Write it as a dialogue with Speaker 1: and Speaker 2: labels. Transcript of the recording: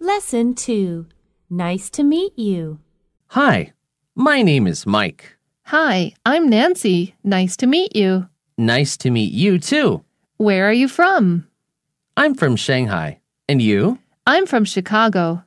Speaker 1: Lesson 2 Nice to meet you.
Speaker 2: Hi, my name is Mike.
Speaker 3: Hi, I'm Nancy. Nice to meet you.
Speaker 2: Nice to meet you too.
Speaker 3: Where are you from?
Speaker 2: I'm from Shanghai. And you?
Speaker 3: I'm from Chicago.